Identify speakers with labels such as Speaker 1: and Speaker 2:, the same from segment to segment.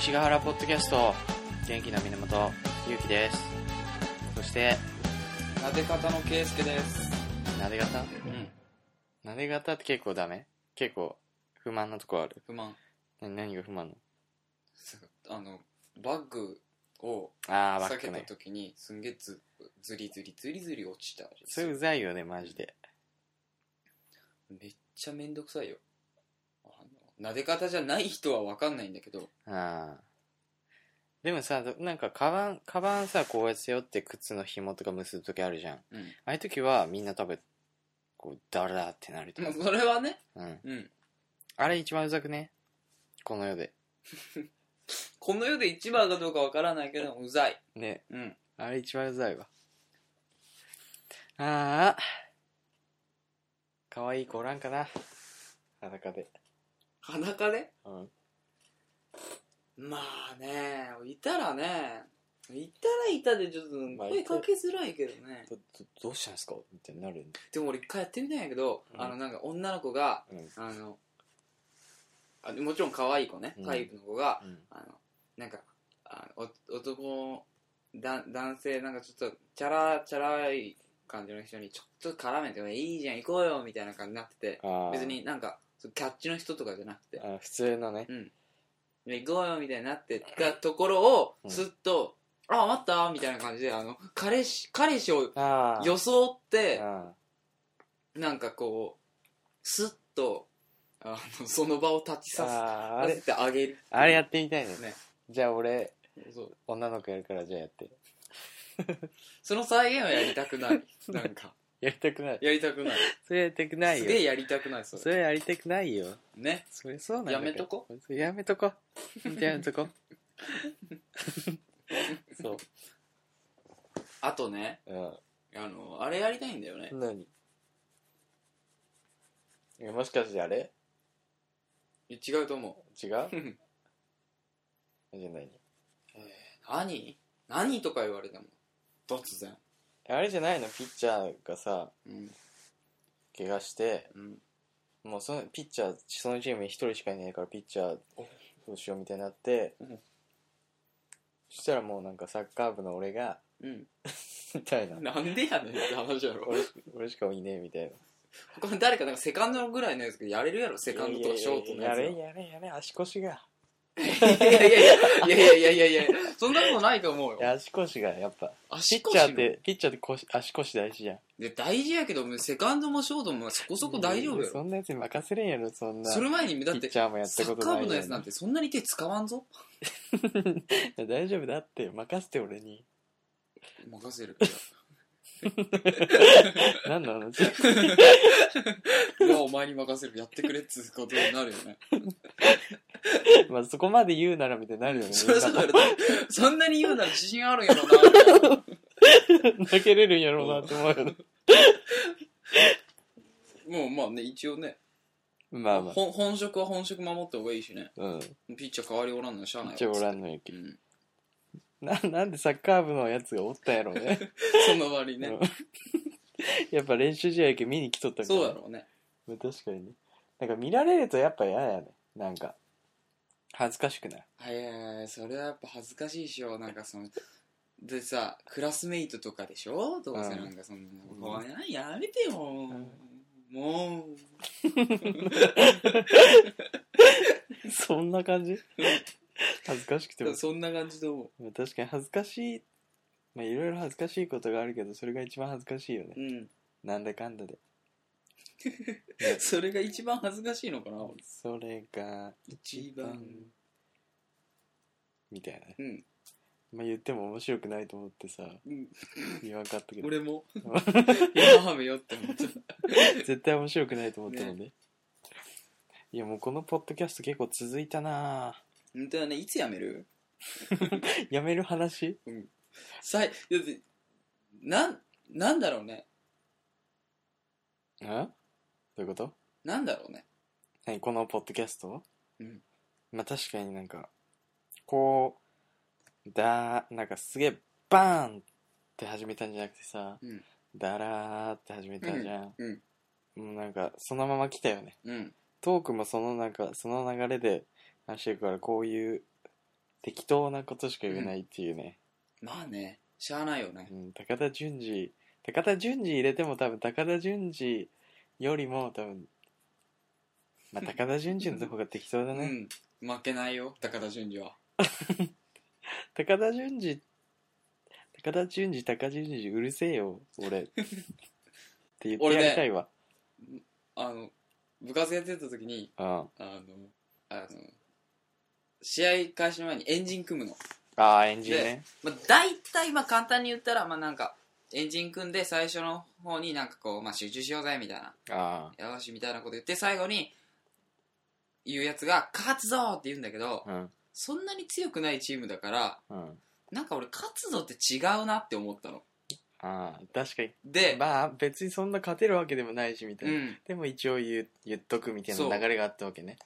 Speaker 1: しがはらポッドキャスト元気の源ゆうきですそして
Speaker 2: なで方のけいすけです。
Speaker 1: なで方うんなで方って結構ダメ結構不満なとこある
Speaker 2: 不満。
Speaker 1: な何が不満なの
Speaker 2: あの、バッグを
Speaker 1: あーバ
Speaker 2: 避
Speaker 1: ック
Speaker 2: けた
Speaker 1: ね
Speaker 2: 時に、すんげえずずりずりずりずり落ちたり
Speaker 1: それうざいよねマジで
Speaker 2: めっちゃめんどくさいよ。あの、撫で方じゃない人はわかんないんだけど、
Speaker 1: ああでもさどなんかカバンカバンさこうやって背負って靴の紐とか結ぶ時あるじゃんあ
Speaker 2: うん。
Speaker 1: あいう時はみんな多分こうダラダラってなると
Speaker 2: ま
Speaker 1: 思
Speaker 2: あ、
Speaker 1: う
Speaker 2: それはね、
Speaker 1: うん
Speaker 2: うん。
Speaker 1: あれ一番うざくねこの世で
Speaker 2: この世で一番かどうかわからないけど、うざい。
Speaker 1: ね
Speaker 2: うん。
Speaker 1: あれ一番うざいわ。ああ。かわいい子おらんかな。裸で。
Speaker 2: 裸で
Speaker 1: うん。
Speaker 2: まあね、いたらね、いたらいたでちょっと
Speaker 1: まあ
Speaker 2: 声かけづらいけどね。
Speaker 1: ど、どどうしたんすかみたいになるん
Speaker 2: でも俺一回やってみたんやけど、
Speaker 1: うん
Speaker 2: あのなんか女の子が、
Speaker 1: うん
Speaker 2: あのあもちろん可愛い子ね
Speaker 1: うん
Speaker 2: タイプの子が、
Speaker 1: うん。
Speaker 2: あのなんかあお男だ男性なんかちょっとチャラチャラい感じの人にちょっと絡めて「いいじゃん行こうよ」みたいな感じになってて
Speaker 1: ああ。
Speaker 2: 別。になんかそうキャッチの人とかじゃなくて
Speaker 1: あ普通のね。
Speaker 2: 「行こうよ」みたいになってたところ
Speaker 1: う
Speaker 2: を
Speaker 1: ん
Speaker 2: すっと「あ待った」みたいな感じであの彼氏彼氏を
Speaker 1: ああ。
Speaker 2: 装って
Speaker 1: あ
Speaker 2: なんかこう、スッと、あの、その場を立ち
Speaker 1: あ。
Speaker 2: さ
Speaker 1: あああ
Speaker 2: せ
Speaker 1: れ
Speaker 2: させ、てあげる。
Speaker 1: あれやってみたいね。
Speaker 2: ね
Speaker 1: じゃあ俺、
Speaker 2: そう
Speaker 1: 女の子やるからじゃあやって。
Speaker 2: その再現はやりたくない。なんか、
Speaker 1: やりたくない。
Speaker 2: やりたくない。
Speaker 1: それやりたくない
Speaker 2: すげえ
Speaker 1: よ。
Speaker 2: やりたくない、そ
Speaker 1: そ
Speaker 2: れ。
Speaker 1: れやりたくないよ。
Speaker 2: ね。
Speaker 1: それそうなんだ
Speaker 2: やめとこ
Speaker 1: うやめと こやめとこそう
Speaker 2: あとね、
Speaker 1: う
Speaker 2: あの、あれやりたいんだよね。
Speaker 1: ん何えもしかしてあれ
Speaker 2: 違うと思
Speaker 1: 違う
Speaker 2: う。
Speaker 1: じゃない
Speaker 2: 何何とか言われても。突然。
Speaker 1: あれじゃないのピッチャーがさ
Speaker 2: うん。
Speaker 1: 怪我して
Speaker 2: うん。
Speaker 1: もうそのピッチャーそのチームに一人しかいないからピッチャーどうしようみたいになって、
Speaker 2: うん
Speaker 1: そしたらもうなんかサッカー部の俺が
Speaker 2: うん。
Speaker 1: みたいな
Speaker 2: なんでやねんって話やろ。
Speaker 1: 俺し俺しかいねえみたいな
Speaker 2: 他の誰かなんかセカンドぐらいのやつやれるやろ、セカンドとかショートのやつ
Speaker 1: い
Speaker 2: ら
Speaker 1: や。れやれやれ足腰が
Speaker 2: いやいやいやいやいやいやいやそんなことないと思うよ
Speaker 1: い。や足腰がやっぱピ
Speaker 2: 足
Speaker 1: ッ
Speaker 2: 腰
Speaker 1: チ
Speaker 2: の
Speaker 1: ャーってピッチャーって腰足腰大事じゃん
Speaker 2: で大事やけど、セカンドもショートもそこそこ大丈夫
Speaker 1: い
Speaker 2: や
Speaker 1: やそ
Speaker 2: ろ。
Speaker 1: んなやつに任せれんやろそんな
Speaker 2: それ前に、だっ
Speaker 1: ピッ
Speaker 2: て、
Speaker 1: チャーもやっ
Speaker 2: サ
Speaker 1: たこ
Speaker 2: ッ
Speaker 1: と
Speaker 2: カ
Speaker 1: ない
Speaker 2: ー部のやつ
Speaker 1: の
Speaker 2: なん
Speaker 1: に
Speaker 2: てそんなに手使わんぞ
Speaker 1: いや大丈夫だって任せて俺に
Speaker 2: 任せる。
Speaker 1: 何の話
Speaker 2: いや、お前に任せる。やってくれっつうことになるよね。
Speaker 1: まあ そこまで言うならみたいになるよね
Speaker 2: それそ れそんなに言うなら自信あるんやろな。
Speaker 1: 泣けれるんやろうなって思うよね
Speaker 2: もうまあね、一応ね、
Speaker 1: まあまあ
Speaker 2: 本本職は本職守った方がいいしね。
Speaker 1: うん
Speaker 2: ピッチャー代わりおらんのはしゃあないわ
Speaker 1: 一応おらんのや
Speaker 2: う
Speaker 1: けど
Speaker 2: ん。
Speaker 1: ななんでサッカー部のやつがおったんやろうね
Speaker 2: その割に
Speaker 1: う
Speaker 2: ね
Speaker 1: ん。 やっぱ練習試合やけ見に来とったんかな
Speaker 2: そうやろうね。
Speaker 1: まあ確かにねなんか見られるとやっぱ嫌やねなんか恥ずかしくない
Speaker 2: はいはいはいそれはやっぱ恥ずかしいでしょなんかそのでさクラスメイトとかでしょどうせ
Speaker 1: うん
Speaker 2: なんかそんな、おいやめてよ、もう
Speaker 1: そんな感じ恥ずかしくても、
Speaker 2: そんな感じで思
Speaker 1: まあ、確かに恥ずかしいまあいろいろ恥ずかしいことがあるけどそれが一番恥ずかしいよね
Speaker 2: ううん
Speaker 1: なんだかんだで
Speaker 2: それが一番恥ずかしいのかな俺
Speaker 1: それが
Speaker 2: 一番
Speaker 1: みたいなね
Speaker 2: うん、
Speaker 1: まあ、言っても面白くないと思ってさ
Speaker 2: うん、
Speaker 1: 言わんかったけど
Speaker 2: 俺も今はめよって思っちゃった
Speaker 1: 絶対面白くないと思ったもんねいやもうこのポッドキャスト結構続いたなぁ
Speaker 2: 本当はねいつやめる
Speaker 1: やめる話
Speaker 2: さいだってなんなんだろうね
Speaker 1: んどういうこと
Speaker 2: なんだろうね
Speaker 1: 何このポッドキャスト
Speaker 2: うん
Speaker 1: まあ確かになんかこうだなんかすげえバーンって始めたんじゃなくてさ、
Speaker 2: うん
Speaker 1: だらーって始めたじゃん、
Speaker 2: うん
Speaker 1: もうなんかそのまま来たよね
Speaker 2: うん
Speaker 1: トークもそのなんかその流れで話してるからこういう適当なことしか言えないっていうね、
Speaker 2: まあねしゃあないよね
Speaker 1: うん、高田純次高田純次入れても多分高田純次よりも多分まあ高田純次のとこが適当だ
Speaker 2: う
Speaker 1: ね、
Speaker 2: ん負けないよ高田純次は
Speaker 1: 高田純次高田純次高田純次うるせえよ俺って言ってやりたいわ、
Speaker 2: あの部活やってた時に
Speaker 1: うん、あ
Speaker 2: あのあの試合開始の前にエンジン組むの、
Speaker 1: あーエンジンね
Speaker 2: まあ、大体まあ簡単に言ったらまあなんかエンジン組んで最初の方になんかこう、まあ、集中しようぜみたいな
Speaker 1: あ
Speaker 2: よしみたいなこと言って最後に言うやつが「勝つぞ!」って言うんだけど、
Speaker 1: あうん
Speaker 2: そんなに強くないチームだから
Speaker 1: うん
Speaker 2: なんか俺勝つぞって違うなって思ったの
Speaker 1: ああ確かに
Speaker 2: で、
Speaker 1: まあ別にそんな勝てるわけでもないしみた
Speaker 2: う
Speaker 1: いな、
Speaker 2: ん
Speaker 1: でも一応言う言っとくみたい
Speaker 2: そう
Speaker 1: な流れがあったわけね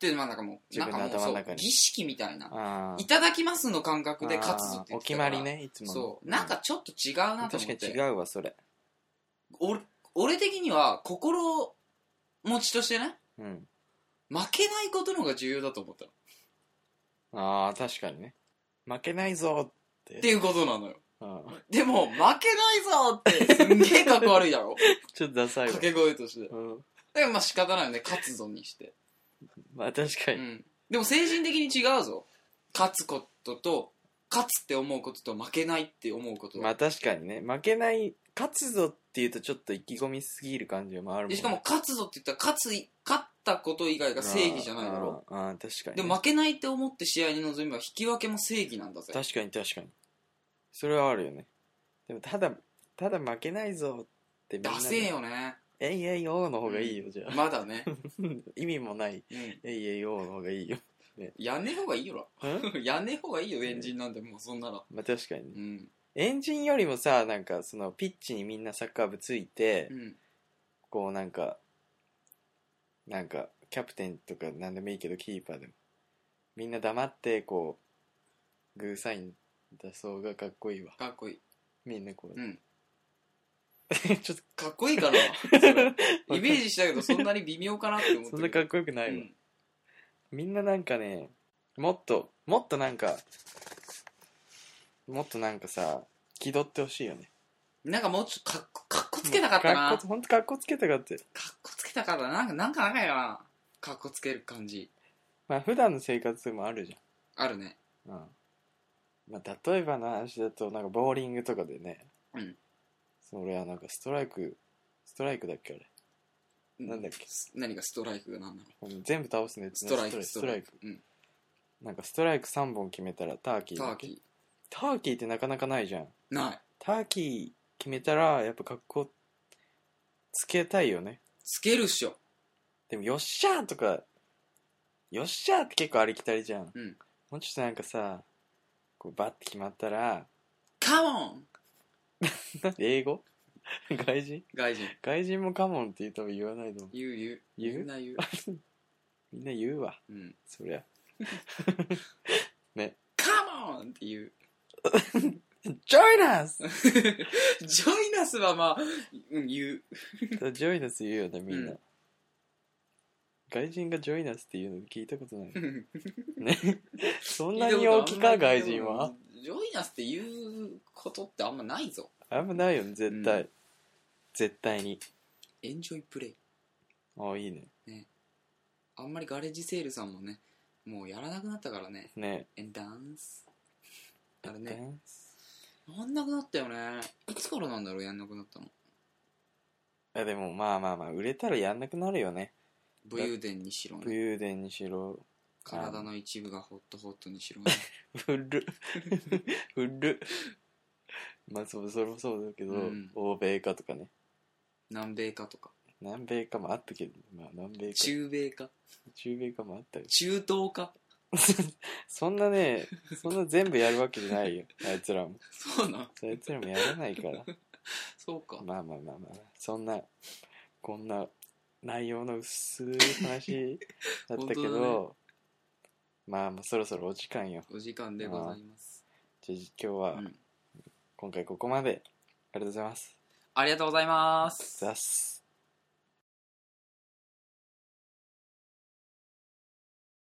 Speaker 2: でまあなんかもう
Speaker 1: 自
Speaker 2: なん
Speaker 1: 分の
Speaker 2: かもう
Speaker 1: 頭の
Speaker 2: そう
Speaker 1: 中に
Speaker 2: 儀式みたいな
Speaker 1: あ
Speaker 2: 「いただきます」の感覚
Speaker 1: あ
Speaker 2: で勝つぞって
Speaker 1: ああ
Speaker 2: 言
Speaker 1: お
Speaker 2: って
Speaker 1: 決
Speaker 2: たか
Speaker 1: ま
Speaker 2: ら
Speaker 1: りねいつもの
Speaker 2: そうなんかちょっと違うな
Speaker 1: 確
Speaker 2: と思
Speaker 1: か
Speaker 2: っ
Speaker 1: に
Speaker 2: て
Speaker 1: 違うわそれ
Speaker 2: 俺俺的には心持ちとしてね
Speaker 1: うん
Speaker 2: 負けないことの方が重要だと思ったの
Speaker 1: ああ確かにね負けないぞって
Speaker 2: っていうことなのよ
Speaker 1: うん
Speaker 2: でも負けないぞってすんげえかっこ悪いだろ
Speaker 1: ちょっとダサいわ
Speaker 2: 掛け声として
Speaker 1: うん
Speaker 2: でもまあ仕方ないよね勝つぞにして、
Speaker 1: まあ確か
Speaker 2: う
Speaker 1: に
Speaker 2: ん、でも精神的に違うぞ勝つことと勝つって思うことと負けないって思うこと、
Speaker 1: まあ確かにね負けない勝つぞっていうとちょっと意気込みすぎる感じもあるもん
Speaker 2: で
Speaker 1: ね
Speaker 2: しかも勝つぞって言ったら勝つい勝ったこと以外が正義じゃないだろ
Speaker 1: あーあー確かにね
Speaker 2: でも負けないって思って試合に臨めば引き分けも正義なんだぜ
Speaker 1: 確かに確かにそれはあるよねでもただただ負けないぞってみん
Speaker 2: ダ
Speaker 1: な
Speaker 2: セえ
Speaker 1: で
Speaker 2: よね
Speaker 1: 「えいえいおー」の方がいいよじゃあ
Speaker 2: まだね、
Speaker 1: 意味もない
Speaker 2: うん
Speaker 1: 「えいえいおー」の方がいいよ
Speaker 2: やんねえ方がいいよ
Speaker 1: うん
Speaker 2: ら やんねえ方がいいよエンジンなんてもうそんなら
Speaker 1: まあ確かにね
Speaker 2: うん
Speaker 1: エンジンよりもさなんかそのピッチにみんなサッカー部ついて、
Speaker 2: うん
Speaker 1: こうなんかなんかキャプテンとか何でもいいけどキーパーでもみんな黙ってこうグーサイン出そうがかっこいいわ
Speaker 2: かっこいい
Speaker 1: みんなこう、
Speaker 2: うん
Speaker 1: ちょっ
Speaker 2: かっこいいかな そ れイメージしたけどそんなに微妙かなって思って
Speaker 1: とそんなかっこよくないわ、
Speaker 2: うん
Speaker 1: みんななんかねもっともっとなんかもっとなんかさ気取ってほしいよね
Speaker 2: なんかもうちょっとかっこかっこつけたかったな
Speaker 1: かっこほんとかっこつけたかって
Speaker 2: かっこつけたかったななんかなんか長いなかっこつける感じ
Speaker 1: まあ普段の生活でもあるじゃん
Speaker 2: あるね
Speaker 1: うんまあ、例えばの話だとなんかボーリングとかでね、
Speaker 2: うん
Speaker 1: それはなんかストライクストライクだっけあれなんだっけ
Speaker 2: す何がストライクが何なの
Speaker 1: うん全部倒すね
Speaker 2: ストライク
Speaker 1: ストライク
Speaker 2: うん
Speaker 1: なんかストライク3本決めたらターキー
Speaker 2: タ
Speaker 1: だ
Speaker 2: ー
Speaker 1: っけ
Speaker 2: キ
Speaker 1: ターキーってなかなかないじゃん
Speaker 2: ーない
Speaker 1: ターキー決めたらやっぱ格好つけたいよね
Speaker 2: つけるっしょ
Speaker 1: でもよっしゃーとかよっしゃーって結構ありきたりじゃん、
Speaker 2: うん
Speaker 1: もうちょっとなんかさこうバッて決まったら
Speaker 2: カモン
Speaker 1: なんで英語 外人
Speaker 2: 外人
Speaker 1: 外人もカモンって言うと言わないの
Speaker 2: 言う言う
Speaker 1: 言う
Speaker 2: みんな言う、
Speaker 1: みんな言うわ
Speaker 2: うん、
Speaker 1: そりゃ
Speaker 2: カモンっていう
Speaker 1: ジョイナ ス
Speaker 2: ジョイナスはまあ、うん、言う
Speaker 1: ジョイナス言うよねみんな、
Speaker 2: うん
Speaker 1: 外人がジョイナスっていうの聞いたこと ないそ
Speaker 2: そ
Speaker 1: んなに大きか外人は
Speaker 2: ジョイナスって言うことってあんまないぞ
Speaker 1: あんまないよね絶対、
Speaker 2: う
Speaker 1: 絶対に
Speaker 2: エンジョイプレイ
Speaker 1: ああいいね
Speaker 2: あんまりガレージセールさんもねもうやらなくなったからね
Speaker 1: ね
Speaker 2: エンダンスあれ
Speaker 1: ダ
Speaker 2: ね
Speaker 1: ンス
Speaker 2: やんなくなったよねいつからなんだろうやんなくなったの
Speaker 1: あでもまあまあまあ売れたらやんなくなるよね
Speaker 2: 武勇伝にしろ
Speaker 1: 武
Speaker 2: ね
Speaker 1: 勇伝にしろ
Speaker 2: 体の一部がホットホットにしろね
Speaker 1: 古っ古っまあそうそれもそうだけど、
Speaker 2: うん
Speaker 1: 欧米化とかね
Speaker 2: 南米かとか
Speaker 1: 南米化もあったけど、まあ、南米化
Speaker 2: 中米か
Speaker 1: 中米化もあったよ
Speaker 2: 中東か
Speaker 1: そんなねそんな全部やるわけじゃないよあいつらも
Speaker 2: そうなん
Speaker 1: あいつらもやらないから
Speaker 2: そうか
Speaker 1: まあまあまあまあそんなこんな内容の薄い話だったけ
Speaker 2: 本当
Speaker 1: ど、まあもうそろそろお時間よ
Speaker 2: お時間でございます
Speaker 1: じゃあ今日は、
Speaker 2: うん
Speaker 1: 今回ここまでありがとうございます
Speaker 2: ありがとうございます
Speaker 1: ざっす